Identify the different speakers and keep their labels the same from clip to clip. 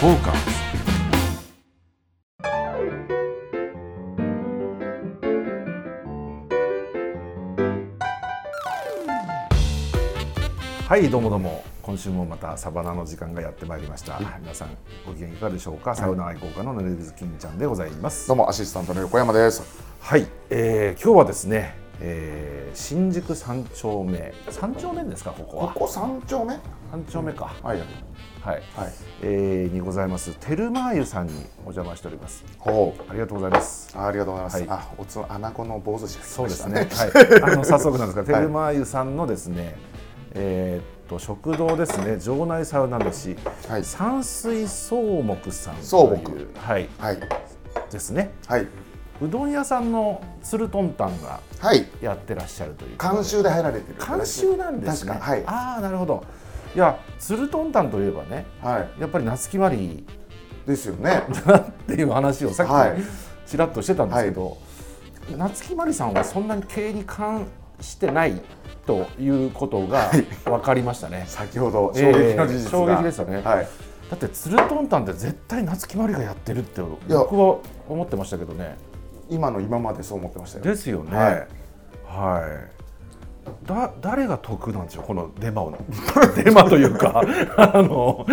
Speaker 1: フォーカスはいどうもどうも今週もまたサバナの時間がやってまいりました、皆さんご機嫌いかがでしょうか、サウナ愛好家の濡れずきんちゃんでございます
Speaker 2: どうもアシスタントの横山です。
Speaker 1: はい、えー、今日はですね、えー、新宿三丁目三丁目ですかここ
Speaker 2: こ
Speaker 1: は
Speaker 2: こ三丁目？
Speaker 1: 三丁目か、
Speaker 2: はいはい。
Speaker 1: はい、えーにございますテルマーユさんにお邪魔しております
Speaker 2: ほ
Speaker 1: ありがとうございます
Speaker 2: う。あありがとうございます。
Speaker 1: はい
Speaker 2: あおつアナゴの坊主しか来
Speaker 1: そう
Speaker 2: ま
Speaker 1: で
Speaker 2: し
Speaker 1: す
Speaker 2: た
Speaker 1: ね
Speaker 2: ね。
Speaker 1: はいあの早速なんですがテルマーユさんのですね、えーっと食堂ですね場内サウナ飯、
Speaker 2: はい
Speaker 1: 山水草木さんという
Speaker 2: 草木
Speaker 1: はい
Speaker 2: はい
Speaker 1: ですね
Speaker 2: はい
Speaker 1: うどん屋さんのつるとんたんが
Speaker 2: はい。
Speaker 1: やってらっしゃるという
Speaker 2: 監修で入られてる。
Speaker 1: 監修なんですね
Speaker 2: 確かはい
Speaker 1: ああなるほどいやつるとんたんといえばね
Speaker 2: は
Speaker 1: やっぱり夏木マリ
Speaker 2: いですよ ね。
Speaker 1: ーだなっていう話をさっき、
Speaker 2: はい
Speaker 1: ちらっとしてたんですけど、夏木マリさんはそんなに経営に関してないということが分かりましたね、
Speaker 2: 先ほど
Speaker 1: え
Speaker 2: 衝
Speaker 1: ー
Speaker 2: 撃の事実が。
Speaker 1: 衝撃でしたね
Speaker 2: はい。
Speaker 1: だってつるとんたんって絶対夏木マリがやってるって
Speaker 2: いや
Speaker 1: 僕は思ってましたけどね
Speaker 2: 今の今までそう思ってましたよ。
Speaker 1: ですよね
Speaker 2: は
Speaker 1: はいい、だ誰が得なんでしょうこのデマを デマというか あの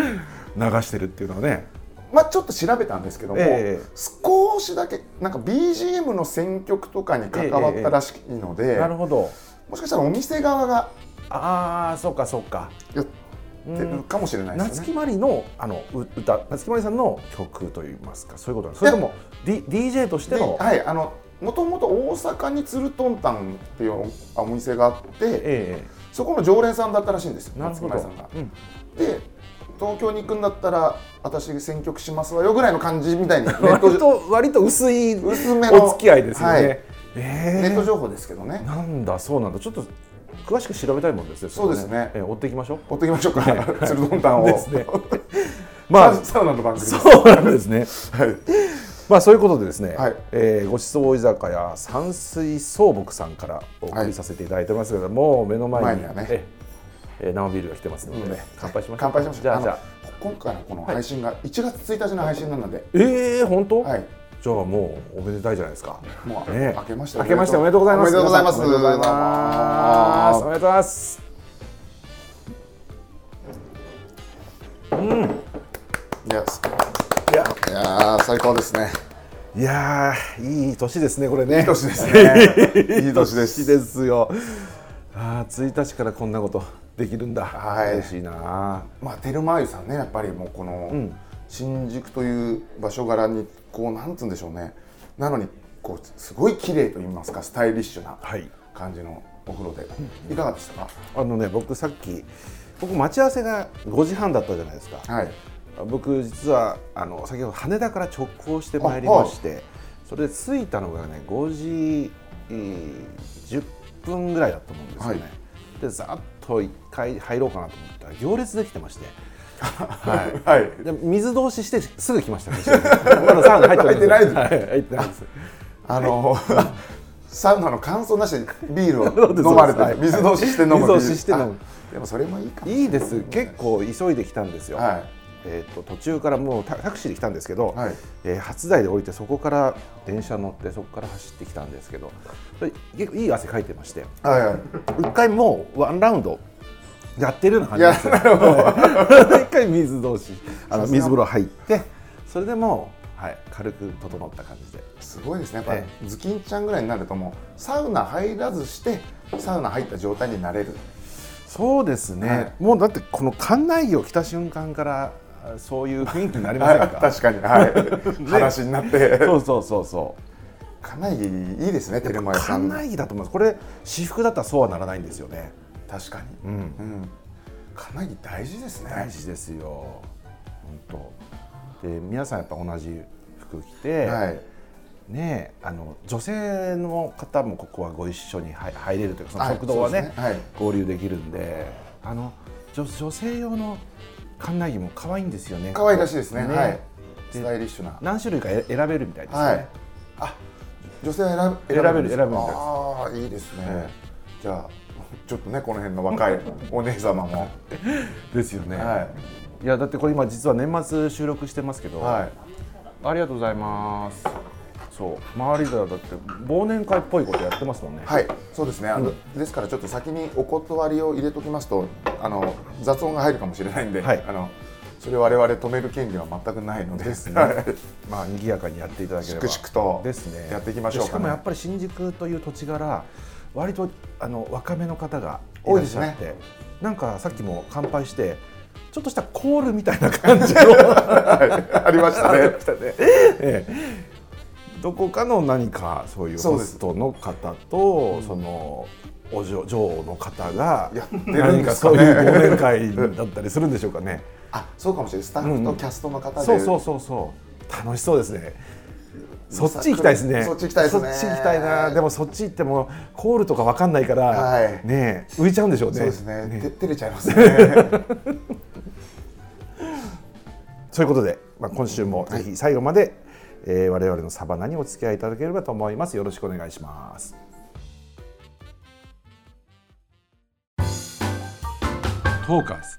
Speaker 1: 流してるっていうのはね
Speaker 2: まあちょっと調べたんですけども、
Speaker 1: ええ
Speaker 2: 少しだけなんか BGM の選曲とかに関わったらしいので、
Speaker 1: なるほど
Speaker 2: もしかしたらお店側が
Speaker 1: ああそうかそうか
Speaker 2: やってるかもしれないです
Speaker 1: 夏
Speaker 2: よね。
Speaker 1: 木マリのあのう歌夏木マリさんの曲といいますかそういうことなんですそ
Speaker 2: いや
Speaker 1: れとも、D、DJ として
Speaker 2: で
Speaker 1: の、
Speaker 2: はい、あのもともと大阪につるとんたんっていうお店があって
Speaker 1: え
Speaker 2: そこの常連さんだったらしいんです
Speaker 1: え
Speaker 2: よ
Speaker 1: なるほど、
Speaker 2: 松村さんが。
Speaker 1: うん
Speaker 2: で東京に行くんだったら私選曲しますわよぐらいの感じみたいにネット
Speaker 1: 割
Speaker 2: 上
Speaker 1: と割と薄いお
Speaker 2: 薄めの
Speaker 1: 付き合いですよね、
Speaker 2: はい
Speaker 1: え
Speaker 2: ネ
Speaker 1: え
Speaker 2: ット情報ですけどね
Speaker 1: なんだそうなんだちょっと詳しく調べたいもんですね
Speaker 2: そうですね
Speaker 1: れええ追っていきましょう
Speaker 2: 追っていきましょうか つるとんたんを
Speaker 1: ですね ま
Speaker 2: まあ
Speaker 1: あ
Speaker 2: サウナの番組です
Speaker 1: そうなんですね
Speaker 2: はい
Speaker 1: まあそういうことでですね、
Speaker 2: はい
Speaker 1: えーごちそう居酒屋山水草木さんからお送りさせていただいてますけども、目の前に
Speaker 2: 前にはね
Speaker 1: ええ生ビールが来てますので、
Speaker 2: うん
Speaker 1: 乾杯しましょう
Speaker 2: 乾杯しましょう
Speaker 1: じゃ
Speaker 2: あ
Speaker 1: あ
Speaker 2: の
Speaker 1: じゃあ
Speaker 2: 今回のこの配信が1月1日の配信なので
Speaker 1: ええ本当、
Speaker 2: はい
Speaker 1: じゃあもうおめでたいじゃないですか
Speaker 2: もう
Speaker 1: ね
Speaker 2: 明けまして
Speaker 1: 明けましておめでとうございます
Speaker 2: おめでとうございます
Speaker 1: おめでとうございますおめでとうございますいや
Speaker 2: いやいやー最高ですね
Speaker 1: いやーいい年ですねこれねいい
Speaker 2: いい年ですね いい年です
Speaker 1: ですよああ1日からこんなことできるんだ、
Speaker 2: はい
Speaker 1: 嬉しいな
Speaker 2: まあ、テルマーユさんねやっぱりもうこの、新宿という場所柄にこうなんつうんでしょうねなのにこうすごい綺麗と言いますかスタイリッシュな
Speaker 1: はい
Speaker 2: 感じのお風呂で、いかがでしたか、
Speaker 1: あのね僕さっき僕待ち合わせが5時半だったじゃないですか
Speaker 2: はい
Speaker 1: 僕実はあの先ほど羽田から直行してまいりまして、それで着いたのがね5時えー10分ぐらいだったと思うんですよね、
Speaker 2: はい
Speaker 1: でざっと1回入ろうかなと思ったら行列できてまして
Speaker 2: はい、 はい、
Speaker 1: で水通ししてすぐ来ましたねまだサウナ入ってないんですはい入ってないです
Speaker 2: あの サウナの乾燥なしでビー ル
Speaker 1: そうです
Speaker 2: を飲まれて、
Speaker 1: はい
Speaker 2: 水通しして飲む
Speaker 1: 水通しして飲む
Speaker 2: あでもそれもいいかも
Speaker 1: いいです結構急いで来たんですよ、
Speaker 2: はい
Speaker 1: えー、と途中からもうタタクシーで来たんですけど、
Speaker 2: はい
Speaker 1: えー初台で降りてそこから電車乗ってそこから走ってきたんですけどそれ結構いい汗かいてまして
Speaker 2: はいはい
Speaker 1: 一回もうワンラウンドやってるようない感
Speaker 2: や
Speaker 1: じですよ
Speaker 2: なるほど
Speaker 1: 一回水同士あの
Speaker 2: そうですね
Speaker 1: 水風呂入ってそれでもう、はい、軽く整った感じです
Speaker 2: ごいですねやっぱ
Speaker 1: え
Speaker 2: りズキンちゃんぐらいになるともうサウナ入らずしてサウナ入った状態になれる
Speaker 1: そうですね、
Speaker 2: はい
Speaker 1: もうだってこの館内着を着た瞬間からあそういう雰囲気になりません
Speaker 2: は
Speaker 1: か
Speaker 2: い確かに、 はい、話になって
Speaker 1: そうそうそうそう
Speaker 2: かなりいいですねテルマヤさ
Speaker 1: 館
Speaker 2: ん
Speaker 1: 内着だと思いますこれ私服だったらそうはならないんですよね
Speaker 2: 確か
Speaker 1: う
Speaker 2: に、
Speaker 1: ん
Speaker 2: うん、かなり大事ですね
Speaker 1: 大事ですよ本当で皆さんやっぱ同じ服着て、
Speaker 2: はい
Speaker 1: ねえあの女性の方もここはご一緒に入入れるというかその
Speaker 2: はい
Speaker 1: 食堂はね,、
Speaker 2: そうですねはい
Speaker 1: 合流できるんであの女女性用の館内着も可愛いんですよね
Speaker 2: 可愛らしいですね
Speaker 1: ね
Speaker 2: はい
Speaker 1: で
Speaker 2: スタイリッシュな
Speaker 1: 何種類かえ選べるみたいですね、
Speaker 2: はいあ女性は選
Speaker 1: 選べる
Speaker 2: んです
Speaker 1: 選べるみたいです
Speaker 2: ああいいですね、じゃあちょっとねこの辺の若いお姉様も
Speaker 1: ですよね、
Speaker 2: は
Speaker 1: いやだってこれ今実は年末収録してますけど、
Speaker 2: はい
Speaker 1: ありがとうございますそう周りではだって忘年会っぽいことやってますもんね
Speaker 2: はい、そうですね、あのですからちょっと先にお断りを入れときますとあの雑音が入るかもしれないんで、
Speaker 1: はい
Speaker 2: あのそれを我々止める権利は全くないので
Speaker 1: ですね
Speaker 2: はい
Speaker 1: まあ賑やかにやっていただければ
Speaker 2: 粛々と
Speaker 1: ですね
Speaker 2: やっていきましょうかね
Speaker 1: でしかもやっぱり新宿という土地柄割とあの若めの方がい
Speaker 2: 多
Speaker 1: ら
Speaker 2: い
Speaker 1: っ
Speaker 2: で
Speaker 1: し
Speaker 2: す
Speaker 1: ゃ
Speaker 2: ね
Speaker 1: って、なんかさっきも乾杯してちょっとしたコールみたいな感じの、
Speaker 2: はい ありましたね。
Speaker 1: ええどこかの何かそういう
Speaker 2: そう
Speaker 1: ホ
Speaker 2: です
Speaker 1: ストの方とそのお嬢女王の方が
Speaker 2: やってる
Speaker 1: 何
Speaker 2: んで
Speaker 1: か
Speaker 2: すか
Speaker 1: そう
Speaker 2: ね
Speaker 1: いう忘年会だったりするんでしょうか ね。
Speaker 2: あ、そうかもしれない。スタッフとキャストの方で、
Speaker 1: そうそうそうそう楽しそうですねそっち行きたいですね
Speaker 2: そっち行きたいですね
Speaker 1: そっち行きたいなでもそっち行ってもコールとかわかんないから、
Speaker 2: はい
Speaker 1: ねえ浮いちゃうんでしょうね
Speaker 2: そうですね。て照れちゃいますね。
Speaker 1: そういうことで、まあ、今週もぜひ最後まで、えー我々のサバナにお付き合いいただければと思いますよろしくお願いしますトーカーズ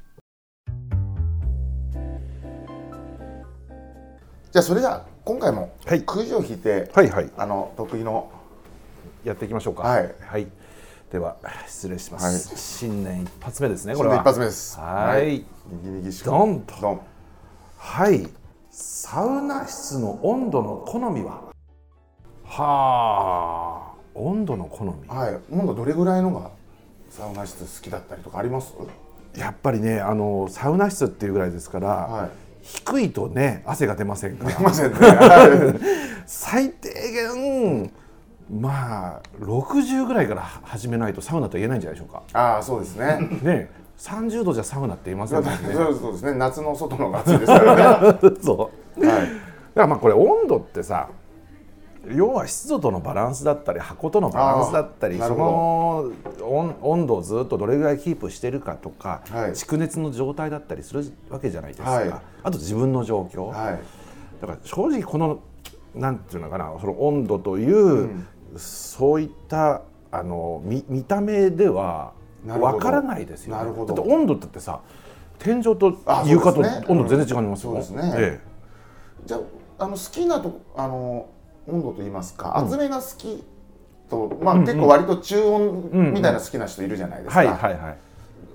Speaker 2: じゃあそれじゃあ今回も
Speaker 1: はい
Speaker 2: くじを引いて、
Speaker 1: はいはい
Speaker 2: あの得意の
Speaker 1: やっていきましょうか
Speaker 2: はい
Speaker 1: では失礼します、新年一発目ですねこ
Speaker 2: こ
Speaker 1: れ
Speaker 2: れ
Speaker 1: は
Speaker 2: 一発目です。
Speaker 1: はい
Speaker 2: 右右し
Speaker 1: ドンと
Speaker 2: ドン。
Speaker 1: はいサウナ室の温度の好みははあ温度の好み
Speaker 2: はい。今度どれぐらいのがサウナ室好きだったりとかあります？
Speaker 1: やっぱりねあのサウナ室っていうぐらいですから、
Speaker 2: はい
Speaker 1: 低いとね汗が出ません から
Speaker 2: いませんね。はい
Speaker 1: 最低限まあ60ぐらいから始めないとサウナと言えないんじゃないでしょうか
Speaker 2: ああそうですね。
Speaker 1: ね30度じゃサウナって言いませんもんね
Speaker 2: そうですね。夏の外の方が暑いです からね。
Speaker 1: そう
Speaker 2: はい。
Speaker 1: だからまあこれ温度ってさ要は湿度とのバランスだったり箱とのバランスだったり
Speaker 2: あー
Speaker 1: その温温度をずっとどれぐらいキープしてるかとか、
Speaker 2: はい
Speaker 1: 蓄熱の状態だったりするわけじゃないですか、
Speaker 2: はい
Speaker 1: あと自分の状況、
Speaker 2: はい。
Speaker 1: だから正直このなんていうのかなその温度という、そういったあの見見た目では
Speaker 2: なるほど
Speaker 1: わからないですよ、ね、
Speaker 2: なるほど
Speaker 1: だって温度だってさ天井と
Speaker 2: あそうですね
Speaker 1: 床と温度全然違いますよ、
Speaker 2: うんそうですね
Speaker 1: ええ
Speaker 2: じゃああの好きなとこあの温度と言いますか、厚めが好きとまあ、結構割と中温みたいな好きな人いるじゃないですか。
Speaker 1: はいはいはい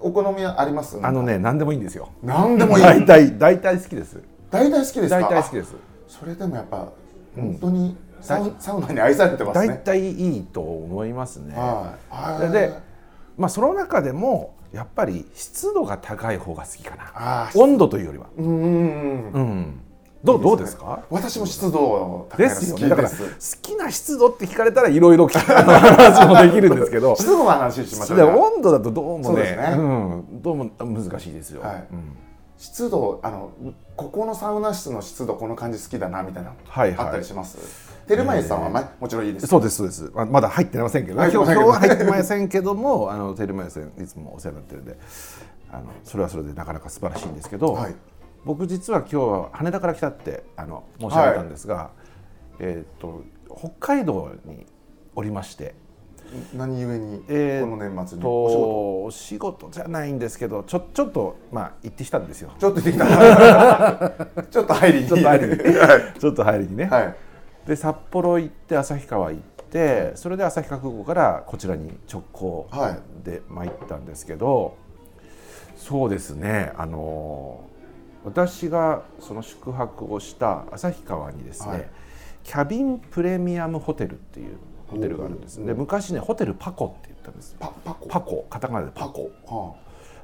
Speaker 2: お好みはあります？
Speaker 1: あのね何でもいいんですよ
Speaker 2: なんでもいい。
Speaker 1: 大体大体好きです
Speaker 2: 大体好きですか？。
Speaker 1: 大体好きですす
Speaker 2: それでもやっぱ本当にサウ,、サウナに愛されてます
Speaker 1: 大
Speaker 2: ね。
Speaker 1: 体いいと思いますね
Speaker 2: はいはい。
Speaker 1: で、まあ、その中でもやっぱり湿度が高い方が好きかな
Speaker 2: ああ、
Speaker 1: 温度というよりは
Speaker 2: うーん。
Speaker 1: うんどうどうですか
Speaker 2: 私も湿度高
Speaker 1: で
Speaker 2: いの
Speaker 1: すよ
Speaker 2: 好
Speaker 1: ね。
Speaker 2: き
Speaker 1: だか
Speaker 2: で
Speaker 1: ら
Speaker 2: す。
Speaker 1: 好きな湿度って聞かれたらいろいろ聞くあの話もできるんですけど、
Speaker 2: 湿度の話しましょう
Speaker 1: で
Speaker 2: じゃあ
Speaker 1: 温度だとどうも
Speaker 2: そうで
Speaker 1: ね
Speaker 2: すね
Speaker 1: うん、どうも難しいですよ。
Speaker 2: はい
Speaker 1: うん
Speaker 2: 湿度あのここのサウナ室の湿度この感じ好きだなみたいな、
Speaker 1: はいはい
Speaker 2: あったりしますテルマエさんは、まあもちろんいいです
Speaker 1: そうですそうです。ままだ入ってませんけど、ね、
Speaker 2: 入って
Speaker 1: 今
Speaker 2: ま
Speaker 1: 日今日は入っ
Speaker 2: せんけど
Speaker 1: てませんけども、 あのテルマエさんいつもお世話になってるんで、あのそれはそれでなかなか素晴らしいんですけど、
Speaker 2: はい
Speaker 1: 僕実は今日は羽田から来たってあの申し上げたんですが、えーっと北海道におりまして。
Speaker 2: 何故に、
Speaker 1: えー
Speaker 2: この年末にお仕事
Speaker 1: とお仕事じゃないんですけどちょちょっとまあ行ってきたん ですよ
Speaker 2: ちょっと行ってきた ちょっと入りに
Speaker 1: ちょっと入りに
Speaker 2: はい
Speaker 1: ちょっと入りにね、
Speaker 2: はい
Speaker 1: で札幌行って旭川行ってそれで旭川空港からこちらに直行
Speaker 2: はい
Speaker 1: で参ったんですけど、そうですねあの私がその宿泊をした旭川にですね、
Speaker 2: はい
Speaker 1: キャビンプレミアムホテルっていうホテルがあるんです
Speaker 2: お
Speaker 1: で昔ねホテルパコって言ったんです
Speaker 2: パパコ
Speaker 1: パコカタカナでパコ
Speaker 2: は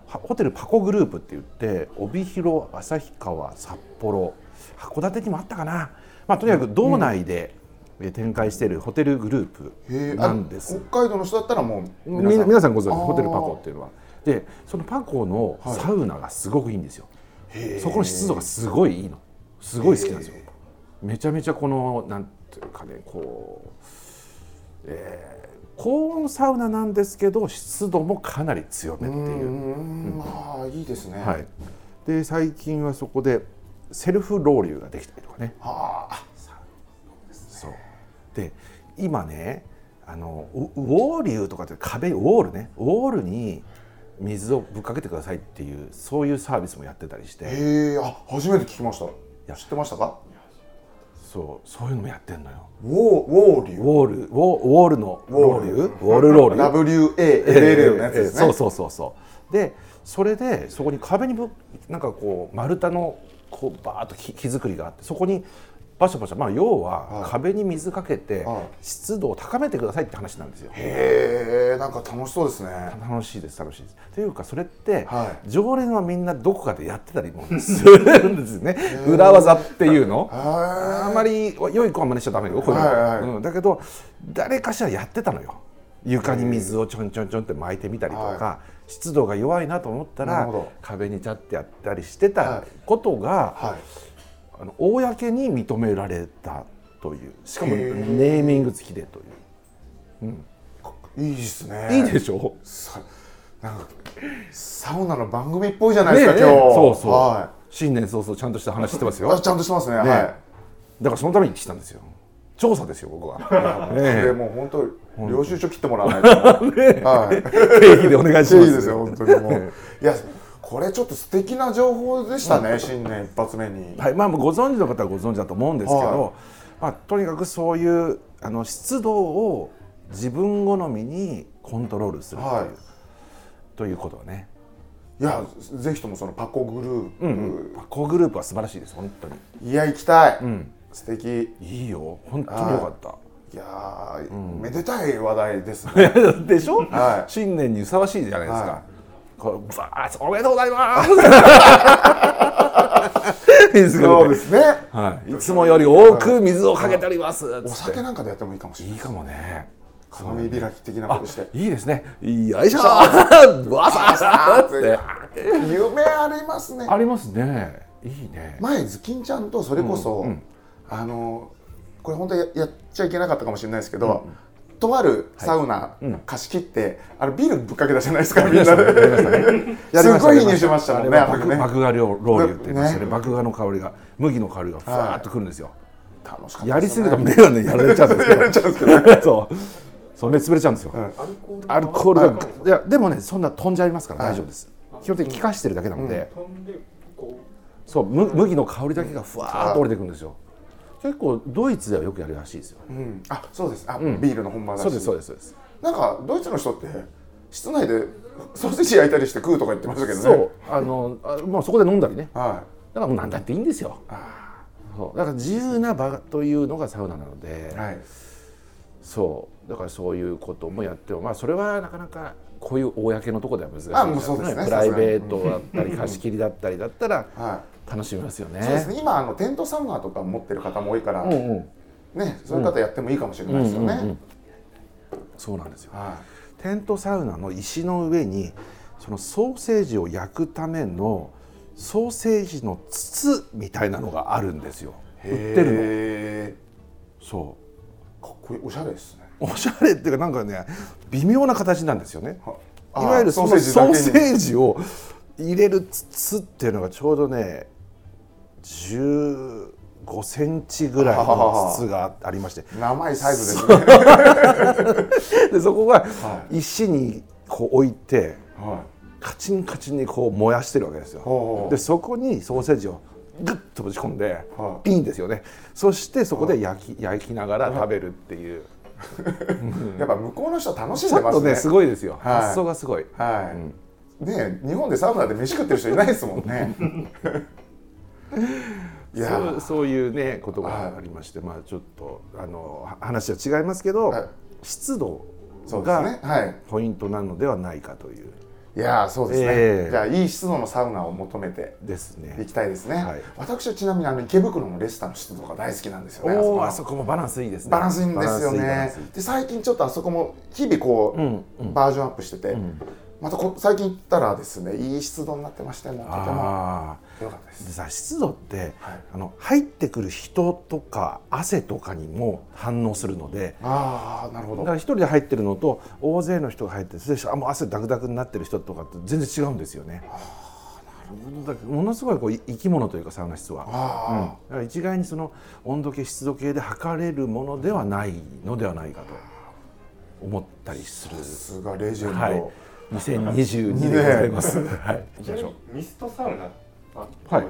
Speaker 1: はホテルパコグループって言って帯広旭川札幌函館にもあったかな、まあ、とにかく道内でえー展開しているホテルグル
Speaker 2: あ、へ
Speaker 1: ー
Speaker 2: え
Speaker 1: プなんです、
Speaker 2: 北海道の人だったらもう
Speaker 1: み皆さん
Speaker 2: 皆さん
Speaker 1: ご存知
Speaker 2: あー
Speaker 1: ホテルパコっていうのはでそのパコのサウナがすごくいいんですよ、そこの湿度がすごいいいのすごい好きなんですよめちゃめちゃこのなんていうかねこう、えー高温サウナなんですけど湿度もかなり強めって
Speaker 2: う
Speaker 1: いう
Speaker 2: ーんまあいいですね
Speaker 1: はい、で最近はそこでセルフロウリュができたりとかね
Speaker 2: はあ
Speaker 1: そうで今ねあのウウォーリュとかって壁ウォールねウォールに水をぶっかけてくださいっていうそういうサービスもやってたりして
Speaker 2: へえあ初めて聞きました
Speaker 1: や
Speaker 2: 知ってましたか
Speaker 1: そうそういうのもやってんのよ
Speaker 2: ウォーウォーリ
Speaker 1: ウォ
Speaker 2: ュ
Speaker 1: ールウォーウォールのローリュウォールローリュウ
Speaker 2: WALL のやつですね、
Speaker 1: そうそうそうそうでそれでそこに壁にぶなんかこう丸太のこうバーッと木木造りがあってそこにバシャバシャまあ要は壁に水かけて
Speaker 2: はい
Speaker 1: 湿度を高めてくださいって話なんですよ。
Speaker 2: へえんか楽しそうですね
Speaker 1: 楽しいです楽しいです。というかそれって、
Speaker 2: は
Speaker 1: 常連はみんなどこかでやってたりもするんですよね裏技っていうの。
Speaker 2: あ
Speaker 1: あんまり良い子は真似しちゃダメよこういうの、
Speaker 2: はいはい
Speaker 1: うん、だけど誰かしらやってたのよ床に水をちょんちょんちょんって巻いてみたりとか、
Speaker 2: は
Speaker 1: 湿度が弱いなと思った
Speaker 2: なる
Speaker 1: ら
Speaker 2: ほど
Speaker 1: 壁にちゃってやったりしてた
Speaker 2: はい
Speaker 1: ことが、
Speaker 2: はい
Speaker 1: あの公に認められたというしかも
Speaker 2: へ
Speaker 1: ネ
Speaker 2: ー
Speaker 1: ーミング付きでという
Speaker 2: いいですね。
Speaker 1: いいでしょ
Speaker 2: さなんかサウナの番組っぽいじゃないですか、
Speaker 1: ねえ
Speaker 2: 今日。
Speaker 1: そうそう、
Speaker 2: は
Speaker 1: 新年早々ちゃんとした話してます
Speaker 2: い。あ
Speaker 1: よ
Speaker 2: ちゃんとしてますね。は
Speaker 1: だからそのために来たんですよ調査ですよ僕 は
Speaker 2: い。
Speaker 1: ね
Speaker 2: でもう本当領収書切ってもらわないと。はい。
Speaker 1: え経費でお願いしま
Speaker 2: いい
Speaker 1: す
Speaker 2: ですよ本当にもう。いやこれちょっと素敵な情報でしたね、新年一発目に。
Speaker 1: はいまあ、もうご存知の方はご存知だと思うんですけど、
Speaker 2: は
Speaker 1: まあ、とにかくそういうあの湿度を自分好みにコントロールするという,、
Speaker 2: はい
Speaker 1: ということはね、
Speaker 2: いやぜひともそのパコグループ、
Speaker 1: まあ、コグループは素晴らしいです本当に
Speaker 2: いや行きたい。素敵。
Speaker 1: いいよ本当によかった。
Speaker 2: いやー、めでたい話題です ね。
Speaker 1: でしょ、
Speaker 2: はい
Speaker 1: 新年にふさわしいじゃないですか、
Speaker 2: は
Speaker 1: こうバーッおめでとうございます 水が
Speaker 2: そう
Speaker 1: 出
Speaker 2: で
Speaker 1: て
Speaker 2: すね。
Speaker 1: はい、いつもより多く水をかけておりますつって
Speaker 2: お酒なんかでやってもいいかもしれない
Speaker 1: い。かもね
Speaker 2: 鏡開き的なことして。
Speaker 1: いいですね。よ いしょーわさわさって。
Speaker 2: 夢ありますね
Speaker 1: ありますね。いい ね。
Speaker 2: 前ズキンちゃんとそれこそ、あのこれ本当ややっちゃいけなかったかもしれないですけど、とあるサウナ貸し切って、あれビールぶっかけたじゃないですかみんなですごいいい匂いしましたもんねあ
Speaker 1: あれ
Speaker 2: の
Speaker 1: 爆
Speaker 2: 時ね
Speaker 1: 爆芽料ローリュって言いましたね。
Speaker 2: ね
Speaker 1: 爆芽の香りが麦の香りがふわーっとくるんですよ。
Speaker 2: 楽しかった
Speaker 1: やりすぎる
Speaker 2: た
Speaker 1: と目がねやられちゃうんですけど。 そう。そうね潰れちゃうんですよ。アルコールがいやでもねそんな飛んじゃいますから大丈夫です。基本的に気化してるだけなので、
Speaker 3: 飛んでこ
Speaker 1: そうむ麦の香りだけがふわーっと降りてくるんですよ。結構ドイツではよくやるらしいですよ。
Speaker 2: うん、あそうですあ、ビールの本場だし
Speaker 1: そうですそうですそうです。
Speaker 2: なんかドイツの人って室内でソーセージ焼いたりして食うとか言ってましたけどね
Speaker 1: そうあのあまあそこで飲んだりね。
Speaker 2: は
Speaker 1: だからもう何だっていいんですよ。そうだから自由な場というのがサウナなので
Speaker 2: い、、はい、
Speaker 1: そうだからそういうこともやってもまあそれはなかなかこういう公のところでは難しい
Speaker 2: あもうそうですね
Speaker 1: プライベートだったり貸し切りだったりだったら
Speaker 2: は
Speaker 1: 楽しみますよね。
Speaker 2: そうですね今あのテントサウナとか持ってる方も多いから、
Speaker 1: うんうん
Speaker 2: ね、そういう方やってもいいかもしれないですよね。
Speaker 1: そうなんですよ。
Speaker 2: は
Speaker 1: テントサウナの石の上にそのソーセージを焼くためのソーセージの筒みたいなのがあるんですよ。売
Speaker 2: い。
Speaker 1: ってるの。
Speaker 2: る
Speaker 1: そう。
Speaker 2: の。かっこいい、おしゃれですね。
Speaker 1: おしゃれっていうかなんかね微妙な形なんですよね
Speaker 2: あ
Speaker 1: いわゆるそのソ
Speaker 2: だけ
Speaker 1: ー
Speaker 2: に
Speaker 1: セージを入れる筒っていうのがちょうどね15センチぐらいの筒がありま して
Speaker 2: 長いサイズですね。
Speaker 1: でそこが
Speaker 2: は
Speaker 1: 石にこう置いて
Speaker 2: は
Speaker 1: カチンカチンにこう燃やしてるわけです
Speaker 2: ほうほ
Speaker 1: よ
Speaker 2: う
Speaker 1: でそこにソーセージをグッとぶち込んで
Speaker 2: はい
Speaker 1: いんですよねそしてそこで焼き焼きながら食べるっていう
Speaker 2: い。やっぱ向こうの人は楽しん
Speaker 1: ち
Speaker 2: で
Speaker 1: ょっ
Speaker 2: ま
Speaker 1: と
Speaker 2: すね。
Speaker 1: ねすごいですよ
Speaker 2: はい
Speaker 1: 発想がすごい
Speaker 2: はい。ね、日本でサウナで飯食ってる人いないですもんね。いや
Speaker 1: そう
Speaker 2: ー、
Speaker 1: そういうねことがありまして、まあちょっとあのは話は違いますけど、
Speaker 2: はい
Speaker 1: 湿度
Speaker 2: そうです
Speaker 1: が
Speaker 2: ね。はい。
Speaker 1: ポイントなのではないかという
Speaker 2: いやー、そうですね。
Speaker 1: ええ
Speaker 2: じゃあいい湿度のサウナを求めて
Speaker 1: です
Speaker 2: い
Speaker 1: ね。
Speaker 2: きたいですね。
Speaker 1: はい
Speaker 2: 私はちなみにあの池袋のレスタの湿度が大好きなんですよね。あそ
Speaker 1: お
Speaker 2: こ
Speaker 1: お
Speaker 2: は
Speaker 1: あそこもバランスいいですね。
Speaker 2: バランスいいんですよ
Speaker 1: バランス
Speaker 2: ね
Speaker 1: いいバランスいい
Speaker 2: で最近ちょっとあそこも日々こう、バージョンアップしてて、またこ最近行ったらですねいい湿度になってましてもうとても
Speaker 1: あ
Speaker 2: 良かったです
Speaker 1: ーでさ湿度って、
Speaker 2: はい
Speaker 1: あの入ってくる人とか汗とかにも反応するので。
Speaker 2: ああなるほ
Speaker 1: だ
Speaker 2: ど
Speaker 1: から一人で入ってるのと大勢の人が入っててあもう汗ダクダクになってる人とかって全然違うんですよね。だからものすごいこうい生き物というかサウナ室は。
Speaker 2: あ
Speaker 1: だから一概にその温度計湿度計で測れるものではないのではないかと思ったりする
Speaker 2: あ、すごいレジェンド、
Speaker 1: はい2022年でございます。はい。
Speaker 3: 行きましょう。ミストサウナ
Speaker 1: はい。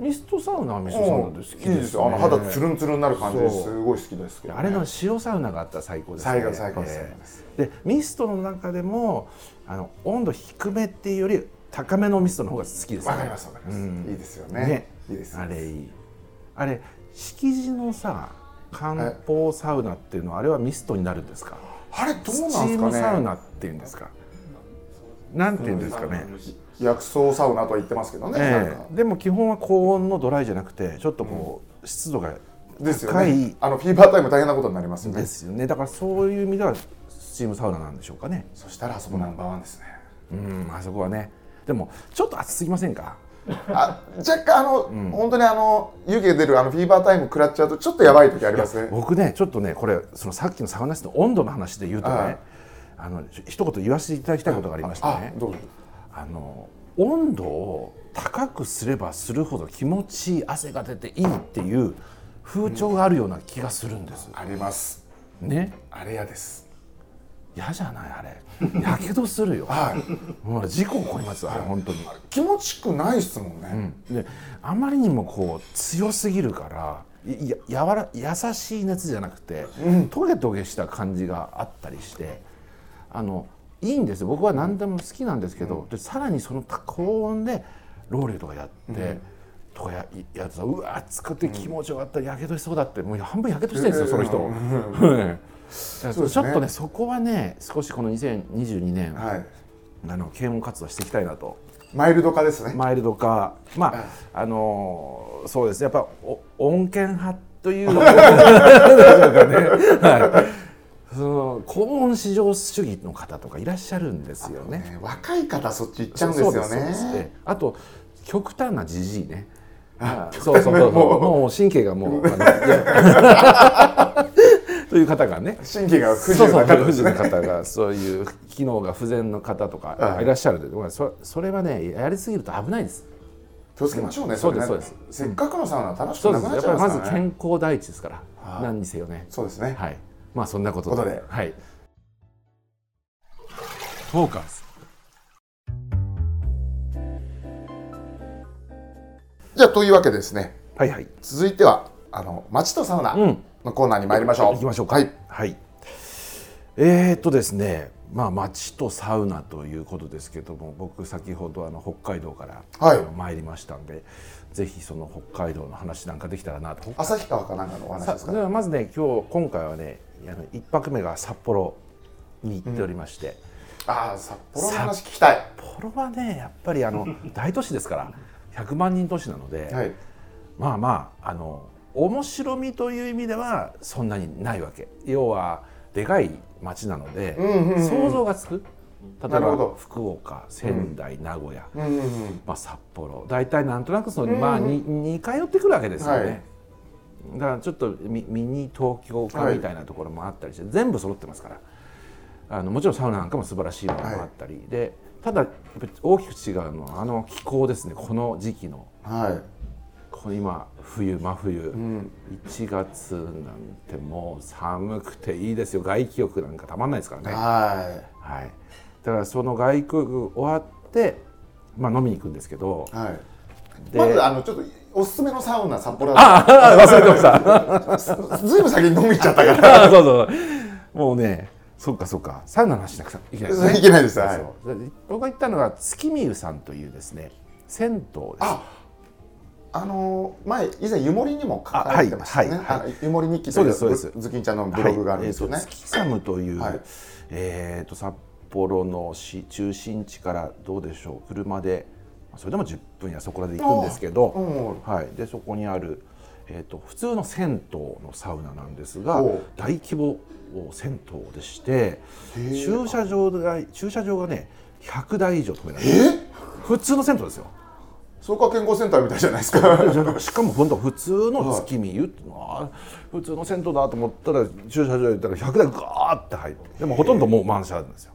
Speaker 1: ミストサウナはミストサウナで好きです、ね、
Speaker 2: いいですよ。あの肌つるんつるんなる感じですごい好きですけど、
Speaker 1: ね、あれの塩サウナがあったら最高です、ね。
Speaker 2: 最高最高です。
Speaker 1: えー、でミストの中でもあの温度低めっていうより高めのミストの方が好きです、
Speaker 2: わかりますわかります、うん、いいですよね。いいです。
Speaker 1: あれいい。あれ敷地のさ漢方サウナっていうのはあれはミストになるんですか。
Speaker 2: あれどうなんですかね。ス
Speaker 1: チームサウナっていうんですか。なんていうんですかね。
Speaker 2: 薬草サウナとは言ってますけどね、え
Speaker 1: ー、でも基本は高温のドライじゃなくてちょっとこう、うん、湿度が高
Speaker 2: い、ね、あのフィーバータイム大変なことになりますよね
Speaker 1: ですよねだからそういう意味ではスチームサウナなんでしょうかね
Speaker 2: そしたらあそこナンバーワンですね
Speaker 1: うん、あそこはねでもちょっと暑すぎませんか
Speaker 2: あ若干あの、うん、本当にあの湯気出るあのフィーバータイム食らっちゃうとちょっとやばい時ありますね
Speaker 1: 僕ねちょっとねこれそのさっきのサウナ室の温度の話で言うとねあの一言言わせていただきたいことがありましてね
Speaker 2: どうぞ
Speaker 1: あの温度を高くすればするほど気持ちいい汗が出ていいっていう風潮があるような気がするんです。
Speaker 2: うん、あります。
Speaker 1: ね。
Speaker 2: あれやです。
Speaker 1: 嫌じゃないあれ。やけどするよ。。
Speaker 2: はい
Speaker 1: もう事故起こりますあれ本当に。
Speaker 2: 気持ちくないですもんね。
Speaker 1: うん、であまりにもこう強すぎるから。ややわら優しい熱じゃなくて、うん、トゲトゲした感じがあったりしてあのいいんです僕は何でも好きなんですけど、うん、でさらにその高温でローレとかやって、うん、とかややつうわ熱くて気持ちよかったやけどしそうだってもう半分やけどしてるんですよ、その人。 ね、ちょっとねそこはね少しこの2022年、はい、あの啓蒙活動していきたいなと。
Speaker 2: マイルド化ですね。
Speaker 1: マイルド化、まあ、あのー、そうですね、やっぱ、お、穏健派と いうね。はいその高温至上主義の方とかいらっしゃるんですよね。ね
Speaker 2: 若い方そっち行っちゃうんですよね。
Speaker 1: あと極端なじじいね。ああそうそうそうもう神経がもう という方がね
Speaker 2: 神経が不自由な
Speaker 1: 方,、ね、そう方がそういう機能が不全の方とかいらっしゃるので、はい、そそれはねやりすぎると危ないです。
Speaker 2: 気をつけましょうね。
Speaker 1: そうですそうです。
Speaker 2: せっかくのサウナ楽しくなくなっちゃい
Speaker 1: ますからね。まず健康第一ですから。何にせよね。
Speaker 2: そうですね。
Speaker 1: はい。まあそんなこと
Speaker 2: で。ことで
Speaker 1: はい。
Speaker 2: トーカーズ。じゃあというわけでですね。
Speaker 1: はいはい。
Speaker 2: 続いてはあの町とサウナのコーナーに参りましょう。うん、
Speaker 1: 行きましょう
Speaker 2: はい。
Speaker 1: はい。えー、っとですね。まあ、町とサウナということですけども僕先ほどあの北海道から、はい、参りましたんでぜひその北海道の話なんかできたらなと
Speaker 2: 旭川かなんかのお話ですか、ね、
Speaker 1: まずね今日今回はね一泊目が札幌に行っておりまして、
Speaker 2: うん、ああ札幌の話聞きたい
Speaker 1: 札幌はねやっぱりあ の大都市ですから100万人都市なので、
Speaker 2: はい、
Speaker 1: まあまああの面白みという意味ではそんなにないわけ要はでかい町なので、想像がつく例えば福岡仙台、名古屋、まあ、札幌大体なんとなくその、まあ、に似通ってくるわけですよね、だからちょっとミニ東京化みたいなところもあったりして、全部揃ってますからあのもちろんサウナなんかも素晴らしいものもあったり、でただ大きく違うのはあの気候ですねこの時期の。
Speaker 2: はい
Speaker 1: この今冬真冬、うん、1月なんてもう寒くていいですよ外気浴なんかたまんないですからね、
Speaker 2: はい
Speaker 1: はい、だからその外気浴終わってまあ飲みに行くんですけど、
Speaker 2: はい、まずあのちょっとおすすめのサウナ札幌
Speaker 1: ああ忘れてま
Speaker 2: したずいぶん先に飲み行っちゃったから
Speaker 1: そうそうもうねそっかそっかサウナの話しなくちゃいけないです、、
Speaker 2: ね、いけないです、はい
Speaker 1: 僕が行ったのは月見湯さんというですね銭湯です
Speaker 2: あの前以前湯守にも書かれてましたね。はい湯守日記
Speaker 1: そうですそうです。
Speaker 2: ズキンちゃんのブログがあるんですよね。
Speaker 1: 月サムという、えっと札幌の市中心地からどうでしょう車でそれでも10分やそこらで行くんですけど、はい、でそこにある、えー、と普通の銭湯のサウナなんですが大規模銭湯でして駐車場が駐車場がね100台以上止められ
Speaker 2: て
Speaker 1: 普通の銭湯ですよ。
Speaker 2: 草加健康センターみたいじゃないですか
Speaker 1: しかも本当普通の月見湯っていうのは普通の銭湯だと思ったら駐車場行ったら100台ガーって入ってでもほとんどもう満車なんですよ。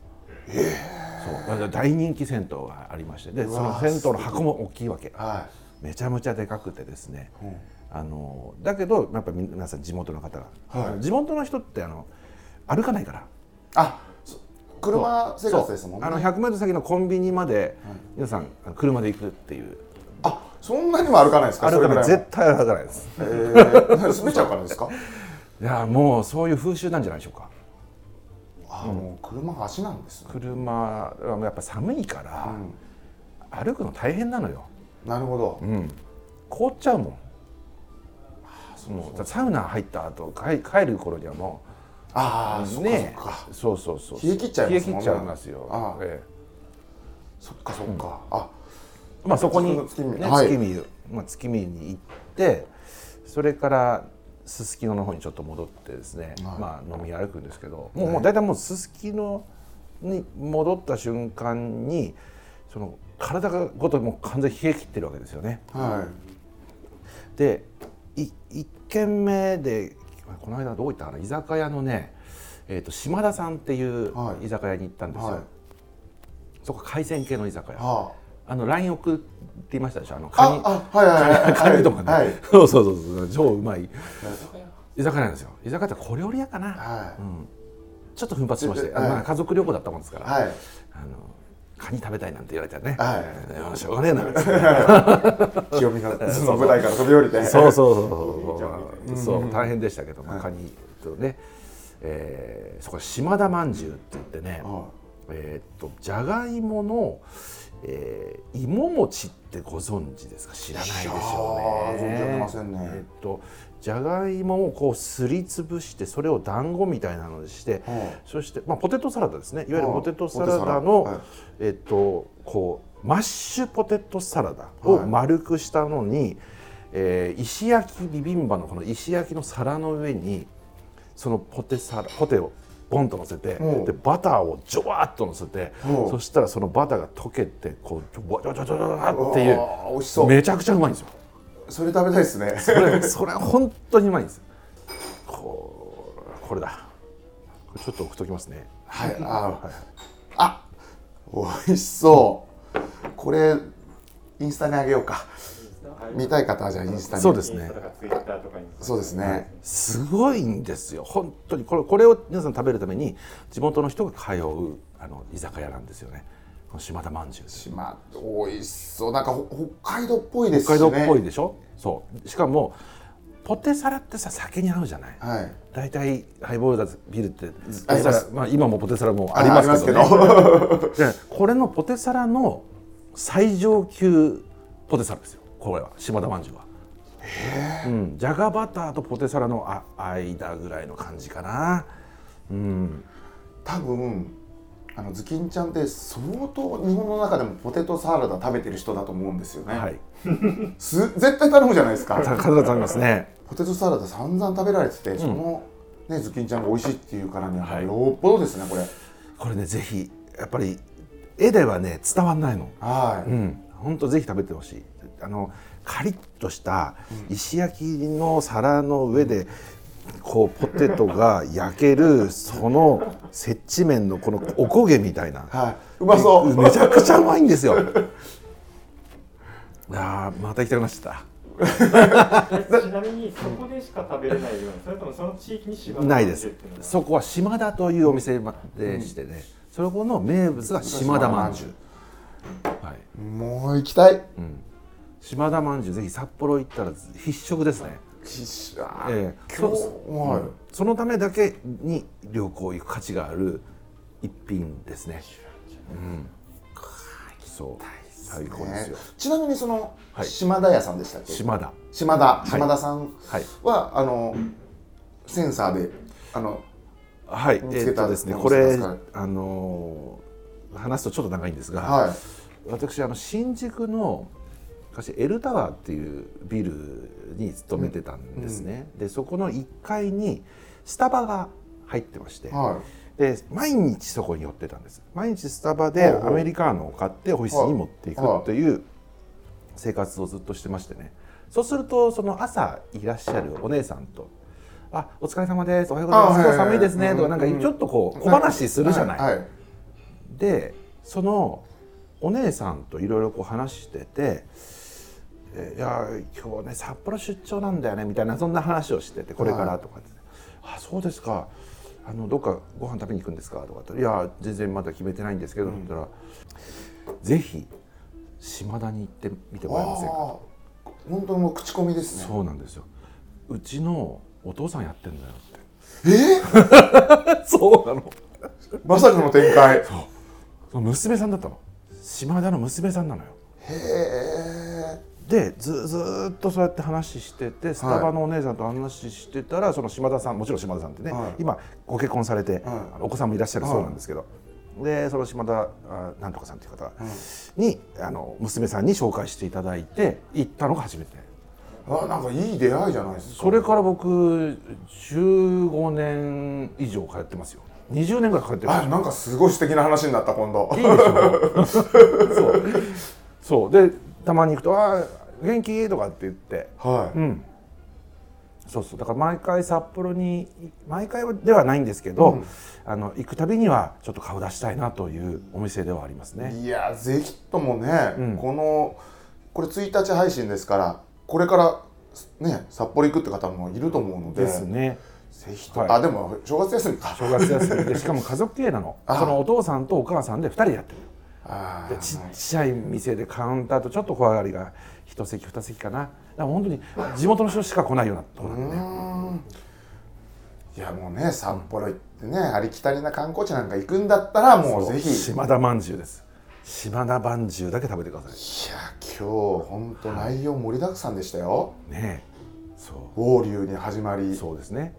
Speaker 1: そう大人気銭湯がありましてでその銭湯の箱も大きいわけ、、
Speaker 2: はい
Speaker 1: めちゃめちゃでかくてですね、うん、あのだけどやっぱ皆さん地元の方が、はい、地元の人ってあの歩かないから
Speaker 2: あ車生活ですもんね
Speaker 1: あの100メートル先のコンビニまで皆さん車で行くっていう
Speaker 2: あそんなにも歩かないですか
Speaker 1: 歩かない
Speaker 2: それ
Speaker 1: 絶対歩かないです
Speaker 2: ぐらいはえ ー住めちゃうからですか
Speaker 1: いやもうそういう風習なんじゃないでしょうか
Speaker 2: あもう車が足なんですね
Speaker 1: 車はやっぱ寒いから
Speaker 2: ん
Speaker 1: 歩くの大変なのよ
Speaker 2: なるほど、
Speaker 1: 凍っちゃうもんもうサウナ入った後帰帰る頃にはも
Speaker 2: ああ
Speaker 1: う
Speaker 2: そっかそ
Speaker 1: ね
Speaker 2: っか
Speaker 1: そうそうそう
Speaker 2: 冷え切っちゃいます
Speaker 1: 冷え切
Speaker 2: もんね
Speaker 1: っちゃいますよ
Speaker 2: ああ
Speaker 1: え
Speaker 2: そっかそっか、あ
Speaker 1: えまあそこに、ね、月
Speaker 2: 月見
Speaker 1: 見、
Speaker 2: はい
Speaker 1: まあ、月見に行ってそれからすすきのの方にちょっと戻ってですね、まあ飲み歩くんですけどもうもう大体もうすすきのに戻った瞬間にその体がごともう完全に冷え切ってるわけですよね。
Speaker 2: はい
Speaker 1: でい1軒目でこの間どういったかな居酒屋のね、えー、と島田さんっていう
Speaker 2: はい
Speaker 1: 居酒屋に行ったんですよ、
Speaker 2: はい
Speaker 1: そこ海鮮系の居酒屋
Speaker 2: あ
Speaker 1: あの LINE 送って言いましたでしょあのカニ
Speaker 2: ああはいはいはい
Speaker 1: カニとかね、
Speaker 2: はい、はい
Speaker 1: そうそうそうそう超うまい居酒屋なんですよ居酒屋って小料理屋かな、
Speaker 2: はい
Speaker 1: ちょっと奮発しまして、
Speaker 2: はい
Speaker 1: まあ、家族旅行だったもんですから、
Speaker 2: はい
Speaker 1: あのカニ食べたいなんて言われたらね、
Speaker 2: はい
Speaker 1: やしょうがねえな
Speaker 2: 清美がその舞台から飛び降りて
Speaker 1: そうそうそうそう
Speaker 2: じゃ
Speaker 1: そうそう大変でしたけど、まあ、カニとね、えーそこは島田まんじゅうって言ってね、
Speaker 2: は
Speaker 1: えーっとじゃがいもの、えー、芋餅ってご存知ですか知らないでしょう
Speaker 2: いやー存
Speaker 1: ね
Speaker 2: じ上げませんね
Speaker 1: えーっとじゃがいもをこうすりつぶしてそれを団子みたいなのにして、
Speaker 2: はい
Speaker 1: そして、まあ、ポテトサラダですねいわゆる
Speaker 2: は
Speaker 1: ポ
Speaker 2: い
Speaker 1: テトサラダの、
Speaker 2: ポテトサラダはい
Speaker 1: えーっとこうマッシュポテトサラダを丸くしたのに、えー石焼きビビンバのこの石焼きの皿の上にそのポテサラポテをボンと乗せて
Speaker 2: うん
Speaker 1: でバターをジョワッと乗せて
Speaker 2: うん
Speaker 1: そしたらそのバターが溶けてこうわジョワジョワジョワジョワっていう
Speaker 2: あー美味しそう
Speaker 1: めちゃくちゃうまいんですよ
Speaker 2: それ食べたいですね
Speaker 1: これそれは本当にうまいんですこうこれだこれちょっと置くときますね
Speaker 2: はいああ美味しそうこれインスタにあげようか見たい方はじゃあインスタに
Speaker 1: そうですね
Speaker 3: とかツイッターとかに。
Speaker 2: そうですね
Speaker 1: すごいんですよ本当にこれこれを皆さん食べるために地元の人が通うあの居酒屋なんですよねこの島田まんじゅうです
Speaker 2: 島美味しそうなんかほ北海道っぽいですし
Speaker 1: 北
Speaker 2: ね
Speaker 1: 海道っぽいでしょそうしかもポテサラってさ酒に合うじゃない
Speaker 2: はい
Speaker 1: 大体ハイボールだビールって
Speaker 2: あります
Speaker 1: まあ、今もポテサラもありますけど,、ね、でこれのポテサラの最上級ポテサラですよこれは島田まんじゅうは。うん、じゃがバターとポテサラのあ間ぐらいの感じかな
Speaker 2: 多分あのズキンちゃんって相当日本の中でもポテトサラダ食べてる人だと思うんですよね、
Speaker 1: はい
Speaker 2: す絶対頼むじゃないです
Speaker 1: 必
Speaker 2: か
Speaker 1: ず食べますね
Speaker 2: ポテトサラダ散々食べられてて、その、ね、ズッキンちゃんが美味しいっていうからには
Speaker 1: はい
Speaker 2: よっぽどですねこれ
Speaker 1: これねぜひやっぱり絵ではね伝わんないの
Speaker 2: はい、
Speaker 1: うん、本当ぜひ食べてほしい。あのカリッとした石焼きの皿の上で、こうポテトが焼けるその接地面のこのお焦げみたいな。
Speaker 2: はい、うまそう
Speaker 1: めちゃくちゃうまいんですよ。 ああまた行きたくなっちゃっ
Speaker 3: ちなみにそこでしか食べれないように、それともその地域に縛
Speaker 1: た。ないです。そこは島田というお店でしてね、そこの名物が島田まんじゅう。はい。
Speaker 2: もう行きたい、
Speaker 1: 島田まんじゅうぜひ札幌行ったら必食ですね。
Speaker 2: きしゃー
Speaker 1: ええ
Speaker 2: 今日は
Speaker 1: うんそのためだけに旅行行く価値がある一品ですね。うん、そう最高です
Speaker 2: ね
Speaker 1: よ。
Speaker 2: ちなみにその、
Speaker 1: はい
Speaker 2: 島田屋さんでしたっけ
Speaker 1: 島田
Speaker 2: 島田島田さん
Speaker 1: はい
Speaker 2: は、あのセンサーであの
Speaker 1: はいえ
Speaker 2: 見つけ
Speaker 1: ーったとですね
Speaker 2: 見つ
Speaker 1: こ
Speaker 2: けたんで
Speaker 1: れ
Speaker 2: すか
Speaker 1: あのー話すとちょっと長いんですが、
Speaker 2: はい
Speaker 1: 私あの新宿の昔エルタワーっていうビルに勤めてたんですね。でそこの1階にスタバが入ってまして。
Speaker 2: は
Speaker 1: で毎日そこに寄ってたんです毎日スタバで
Speaker 2: ほうほう
Speaker 1: アメリカーノを買ってオフィスに持っていく
Speaker 2: はい
Speaker 1: っていう生活をずっとしてましてねそうするとその朝いらっしゃるお姉さんと「あお疲れ様ですおはようございます
Speaker 2: あ
Speaker 1: 今
Speaker 2: は
Speaker 1: 日
Speaker 2: い
Speaker 1: 寒いですね」と
Speaker 2: う
Speaker 1: か
Speaker 2: ん
Speaker 1: なんかちょっとこ
Speaker 2: いう
Speaker 1: 小話するじゃない。
Speaker 2: はいはい
Speaker 1: でそのお姉さんといろいろこう話してて「えいや今日ね札幌出張なんだよね」みたいなそんな話をしてて「これから」とかって、あそうですかあのどっかご飯食べに行くんですか?」とかって「いや全然まだ決めてないんですけど」って言ったら「ぜひ島田に行ってみてもらえませんか?
Speaker 2: あー本当にもう口コミで」すね
Speaker 1: そうなんですようちのお父さんやってんだよって
Speaker 2: え
Speaker 1: そうなの
Speaker 2: ーまさかの展開へ
Speaker 1: その娘さんだったの島田の娘さんなのよ
Speaker 2: え
Speaker 1: でずずーっとそうやって話しててスタバのお姉さんと話してたら、その島田さんもちろん島田さんってね、
Speaker 2: はい
Speaker 1: 今ご結婚されて、
Speaker 2: はい
Speaker 1: あのお子さんもいらっしゃるそうなんですけど、でその島田あなんとかさんっていう方に、あの娘さんに紹介していただいて行ったのが初めて
Speaker 2: あなんかいい出会いじゃないですか
Speaker 1: それから僕15年以上通ってますよ20年ぐらい通ってます
Speaker 2: あなんかすごい素敵な話になった今度
Speaker 1: いいでしょ そうそうでたまに行くと「あー元気?」とかって言って
Speaker 2: はい、
Speaker 1: うん、そうそうだから毎回札幌に毎回ではないんですけど、あの行くたびにはちょっと顔出したいなというお店ではありますね。
Speaker 2: いやぜひともね、このこれ1日配信ですからこれからね札幌行くって方もいると思うので
Speaker 1: ですね。
Speaker 2: ぜひと、
Speaker 1: はい
Speaker 2: あでも正月休みか
Speaker 1: 正月休みでしかも家族系なの
Speaker 2: あ
Speaker 1: そのお父さんとお母さんで2人でやってる
Speaker 2: あ
Speaker 1: でちっちゃい店でカウンターとちょっと小上がりが1席2席かなだから本当に地元の人しか来ないようなとこなんでね
Speaker 2: いやもうね札幌行ってね、ありきたりな観光地なんか行くんだったらもうぜひいや
Speaker 1: 島田まんじゅうです島田まんじゅうだけ食べてください
Speaker 2: 今日本当内容盛りだくさんでしたよ
Speaker 1: ねえそう
Speaker 2: 王流に始まり
Speaker 1: そうですね。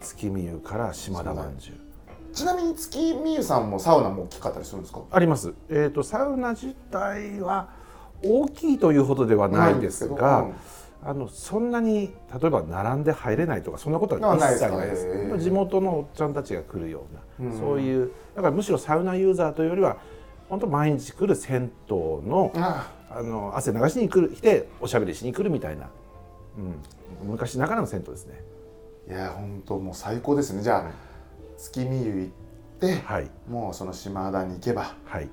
Speaker 1: 月見湯から島田まんじゅう。
Speaker 2: ちなみに月美優さんもサウナも大きかったりするんですか
Speaker 1: あります。えっ、とサウナ自体は大きいというほどではないんです
Speaker 2: な
Speaker 1: が
Speaker 2: いんで、
Speaker 1: あのそんなに例えば並んで入れないとかそんなこと
Speaker 2: の
Speaker 1: は
Speaker 2: は
Speaker 1: 一
Speaker 2: ないです
Speaker 1: 切
Speaker 2: か
Speaker 1: ないです。
Speaker 2: へー
Speaker 1: 本当地元のおっちゃんたちが来るような、そういうだからむしろサウナユーザーというよりは本当毎日来る銭湯の
Speaker 2: あ
Speaker 1: あの汗流しに来る来ておしゃべりしに来るみたいな、うん、昔ながらの銭湯ですね。
Speaker 2: いや本当もう最高ですねじゃあ、月見湯行って、
Speaker 1: はい
Speaker 2: もうその島田に行けば
Speaker 1: はい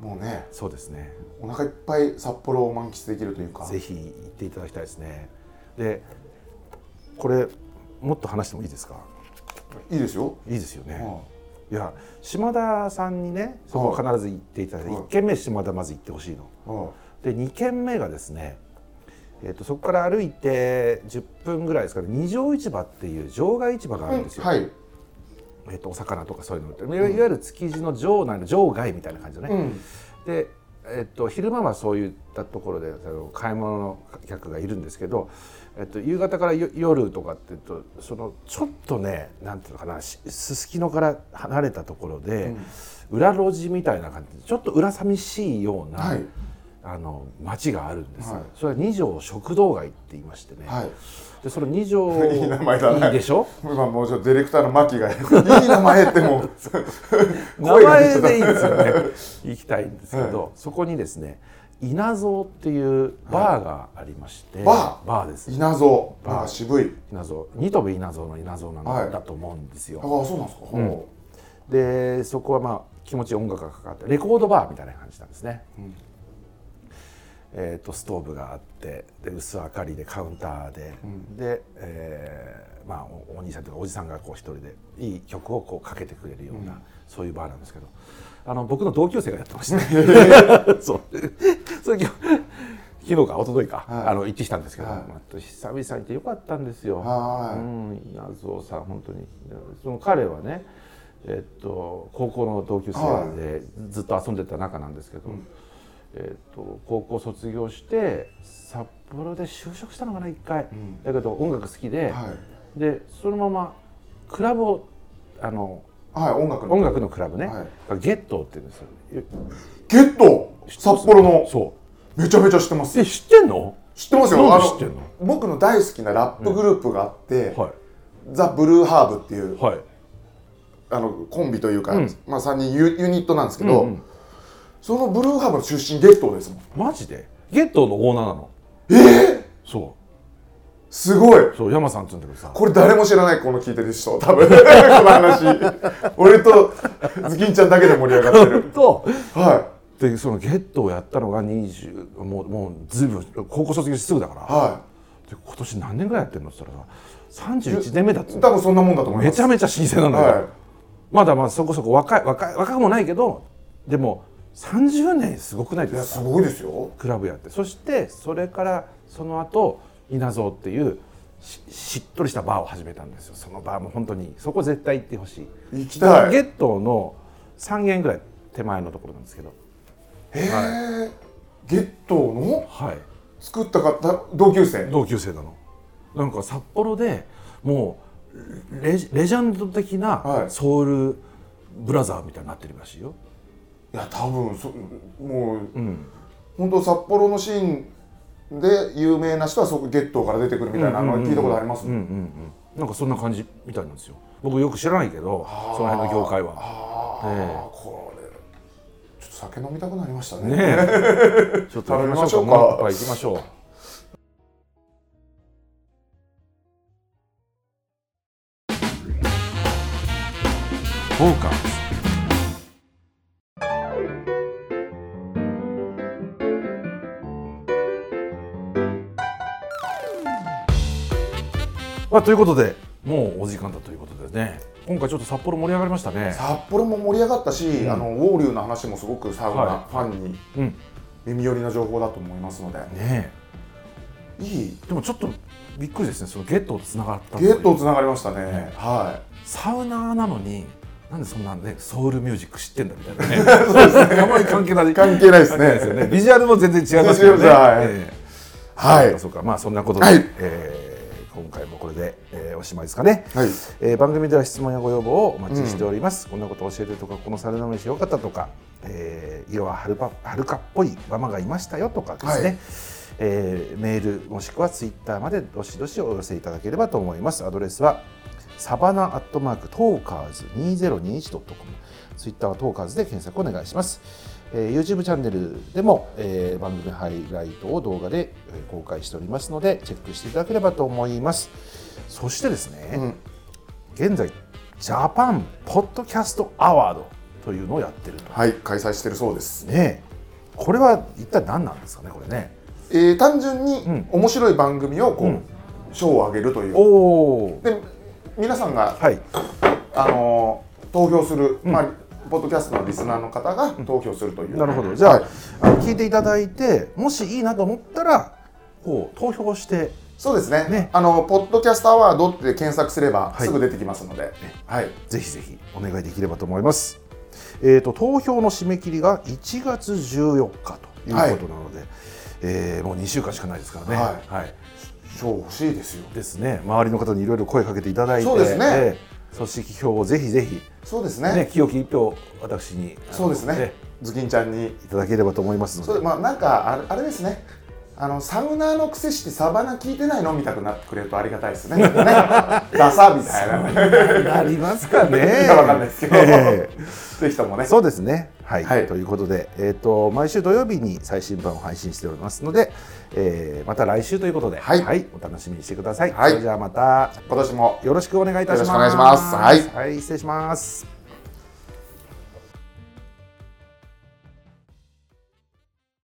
Speaker 2: もうね
Speaker 1: そうですね。
Speaker 2: お腹いっぱい札幌を満喫できるというか
Speaker 1: ぜひ行っていただきたいですね。で、これもっと話してもいいですか？
Speaker 2: いいですよ、
Speaker 1: いいですよね。
Speaker 2: はい
Speaker 1: や、島田さんにね、そこ必ず行っていただいて、
Speaker 2: はい
Speaker 1: 1軒目島田まず行ってほしいの。
Speaker 2: いは
Speaker 1: で、2軒目がですね、えっとそこから歩いて10分ぐらいですかね、二条市場っていう場外市場があるんですよ。
Speaker 2: いはい
Speaker 1: えっとお魚とかそういうの売ってるいわいわゆる築地の場内の場外みたいな感じだね。
Speaker 2: ん
Speaker 1: で、えっと昼間はそういったところであの買い物の客がいるんですけど、えっと夕方からよ夜とかっていうとそのちょっとねなんていうのかなしすすきのから離れたところで、裏路地みたいな感じでちょっと裏寂しいような、
Speaker 2: はい
Speaker 1: あの町があるんですよ、
Speaker 2: はい
Speaker 1: それは二条食堂街って言いましてね、
Speaker 2: はい
Speaker 1: でその二条
Speaker 2: いい名前だね
Speaker 1: いいでしょ
Speaker 2: 今もうちょっとディレクターの牧が「いい名前」っても う
Speaker 1: 名前でいいですよね行きたいんですけど、そこにですね稲造っていうバーがありまして、
Speaker 2: バー
Speaker 1: バーです
Speaker 2: 稲造なんか渋い
Speaker 1: 稲造二飛び稲造の稲造なんだ,、
Speaker 2: はい
Speaker 1: と思うんです
Speaker 2: ああ
Speaker 1: よ
Speaker 2: そうなんですか、ほ
Speaker 1: でそこはまあ気持ちいい音楽がかかってレコードバーみたいな感じなんですね、えー、とストーブがあってで薄明かりでカウンターで、で、えーまあ、おお兄さんというかおじさんがこう一人でいい曲をこうかけてくれるような、そういうバーなんですけどあの僕の同級生がやってまして そうそれ今日昨日か一昨日か、
Speaker 2: はい
Speaker 1: あの行ってきたんですけど、
Speaker 2: はい
Speaker 1: まあ久々に行ってよかったんですよ。
Speaker 2: はいう
Speaker 1: うん、稲造さん本当にその彼はねえっと高校の同級生でずっと遊んでた仲なんですけど、えっと高校卒業して札幌で就職したのかな一回、
Speaker 2: ん
Speaker 1: だけど音楽好き
Speaker 2: う
Speaker 1: で、
Speaker 2: はい
Speaker 1: でそのままクラブをあの
Speaker 2: はい音楽の
Speaker 1: 音楽のクラブね、
Speaker 2: は
Speaker 1: ゲットーって言うんですよ
Speaker 2: ゲット札幌の
Speaker 1: そ
Speaker 2: めちゃめちゃ知ってます
Speaker 1: うえ知ってんの
Speaker 2: 知ってますよ
Speaker 1: な
Speaker 2: あ
Speaker 1: んで知ってんの
Speaker 2: の僕の大好きなラップグループがあって、
Speaker 1: は
Speaker 2: ザ・ブルーハーブっていう
Speaker 1: いはい
Speaker 2: あのコンビというか、
Speaker 1: ん
Speaker 2: まあ、3人ユユニットなんですけど、
Speaker 1: うんうん
Speaker 2: そのブルーハーブの出身ゲットーですもん
Speaker 1: マジでゲットーのオーナーなの
Speaker 2: ええ
Speaker 1: そ
Speaker 2: すごいう
Speaker 1: そう山さんって言うんだけどさ
Speaker 2: これ誰も知らないこの聞いてる人多分 この話俺とズキンちゃんだけで盛り上がってる
Speaker 1: と
Speaker 2: は
Speaker 1: でそのゲットをやったのが20もうもうずいぶん高校卒業してすぐだから、
Speaker 2: いは
Speaker 1: で今年何年ぐらいやってるのって言ったらさ31年目だっつうの
Speaker 2: 多分そんなもんだと思
Speaker 1: め
Speaker 2: いま
Speaker 1: ち
Speaker 2: す
Speaker 1: ゃめちゃ新鮮なんだよ、
Speaker 2: は
Speaker 1: まだまあそこそこ若い若い若くもないけどでも30年すごくない
Speaker 2: い、い
Speaker 1: で
Speaker 2: や
Speaker 1: す
Speaker 2: す
Speaker 1: か
Speaker 2: ごいですよ
Speaker 1: クラブやってそしてそれからその後稲造っていうししっとりしたバーを始めたんですよそのバーも本当にそこ絶対行ってほしい
Speaker 2: 行きたい
Speaker 1: ゲットの3軒ぐらい手前のところなんですけど
Speaker 2: へえ、ゲットーの
Speaker 1: はい
Speaker 2: 作った方同級生
Speaker 1: 同級生なのなんか札幌でもうレジレジェンド的な
Speaker 2: はい
Speaker 1: ソウルブラザーみたいになってるらしいよ、
Speaker 2: いや多分そもう
Speaker 1: うん、
Speaker 2: 本当札幌のシーンで有名な人はそこゲットーから出てくるみたいなのは聞いたことあります
Speaker 1: うんうんうん、なんかそんな感じみたいなんですよ僕よく知らないけどその辺の業界は
Speaker 2: ああ、
Speaker 1: え
Speaker 2: これちょっと酒飲みたくなりました
Speaker 1: ね
Speaker 2: ね
Speaker 1: えちょっと行きましょうか
Speaker 2: 食べましょうか
Speaker 1: もう一杯行きましょうフォーカスまあ、ということでもうお時間だということでね今回ちょっと札幌盛り上がりましたね
Speaker 2: 札幌も盛り上がったし、
Speaker 1: ん
Speaker 2: あのウォーリューの話もすごくサウナ、
Speaker 1: は
Speaker 2: ファンに
Speaker 1: うん
Speaker 2: 耳寄りな情報だと思いますので、
Speaker 1: ね
Speaker 2: いい
Speaker 1: えでもちょっとびっくりですねそのゲットとつながったとい
Speaker 2: ゲ
Speaker 1: う
Speaker 2: ットーつながりましたね、は
Speaker 1: サウナーなのになんでそんなねソウルミュージック知ってんだみたいなね そうですねあまり関係ない
Speaker 2: い関係ないです
Speaker 1: 関係ないですよ
Speaker 2: ね
Speaker 1: ねビジュアルも全然違いますけどね、
Speaker 2: 全然違いますはい
Speaker 1: ええ
Speaker 2: はい
Speaker 1: そうかそうかまあそんなことで、
Speaker 2: はい
Speaker 1: えー今回もこれで、えーおしまいですかね、
Speaker 2: はい
Speaker 1: えー番組では質問やご要望をお待ちしております、こんなこと教えてとかこのサルナ飯良かったとか、えー、色ははるばはるかっぽいママがいましたよとかですね、
Speaker 2: はい
Speaker 1: えーメールもしくはツイッターまでどしどしお寄せいただければと思いますアドレスはサバナアットマークトーカーズ 2021.com ツイッターはトーカーズで検索お願いします、えー YouTube チャンネルでも、えー番組ハイライトを動画でえー公開しておりますのでチェックしていただければと思いますそしてですね、
Speaker 2: ん
Speaker 1: 現在ジャパンポッドキャストアワードというのをやってると
Speaker 2: い、はい、開催してるそうです、
Speaker 1: ねこれは一体何なんですかねこれね
Speaker 2: えー単純に
Speaker 1: ん
Speaker 2: 面白い番組をこう、
Speaker 1: うん
Speaker 2: 賞をあげるという
Speaker 1: おお
Speaker 2: で皆さんが、
Speaker 1: はい
Speaker 2: あのー投票する、まあ、ポッドキャストのリスナーの方が投票するという、
Speaker 1: なるほど。じゃあ、
Speaker 2: はい
Speaker 1: あの聞いていただいて、もしいいなと思ったら、こう投票して、
Speaker 2: そうですね
Speaker 1: ね
Speaker 2: あのポッドキャストアワードって検索すれば
Speaker 1: はい
Speaker 2: すぐ出てきますので、はい
Speaker 1: ぜひぜひお願いできればと思います。えっ、と投票の締め切りが1月14日ということなので、えーもう2週間しかないですからね。
Speaker 2: は
Speaker 1: はい
Speaker 2: 賞欲しいですよ
Speaker 1: ですね。周りの方にいろいろ声かけていただいて、
Speaker 2: そうですね
Speaker 1: えー組織票をぜひぜひ
Speaker 2: そうですね
Speaker 1: ね、清き一票私にあの
Speaker 2: そうですねズキンちゃんに
Speaker 1: いただければと思いますので
Speaker 2: そう。まあなんかあれあれですねあのサウナーの癖してサバナ聞いてないのみたくなってくれるとありがたいです ねねダサみたいな
Speaker 1: ありますかね。
Speaker 2: いやわか んないですけど
Speaker 1: えー
Speaker 2: ぜひともね
Speaker 1: そうですね。はい。
Speaker 2: はい
Speaker 1: ということで、えっ、と毎週土曜日に最新版を配信しておりますので、えーまた来週ということで、
Speaker 2: はい
Speaker 1: お楽しみにしてください。
Speaker 2: はい
Speaker 1: それじゃあまた
Speaker 2: 今年も
Speaker 1: よろしくお願いいたします。
Speaker 2: よろしくお願いしますは
Speaker 1: は
Speaker 2: い
Speaker 1: い、失礼します。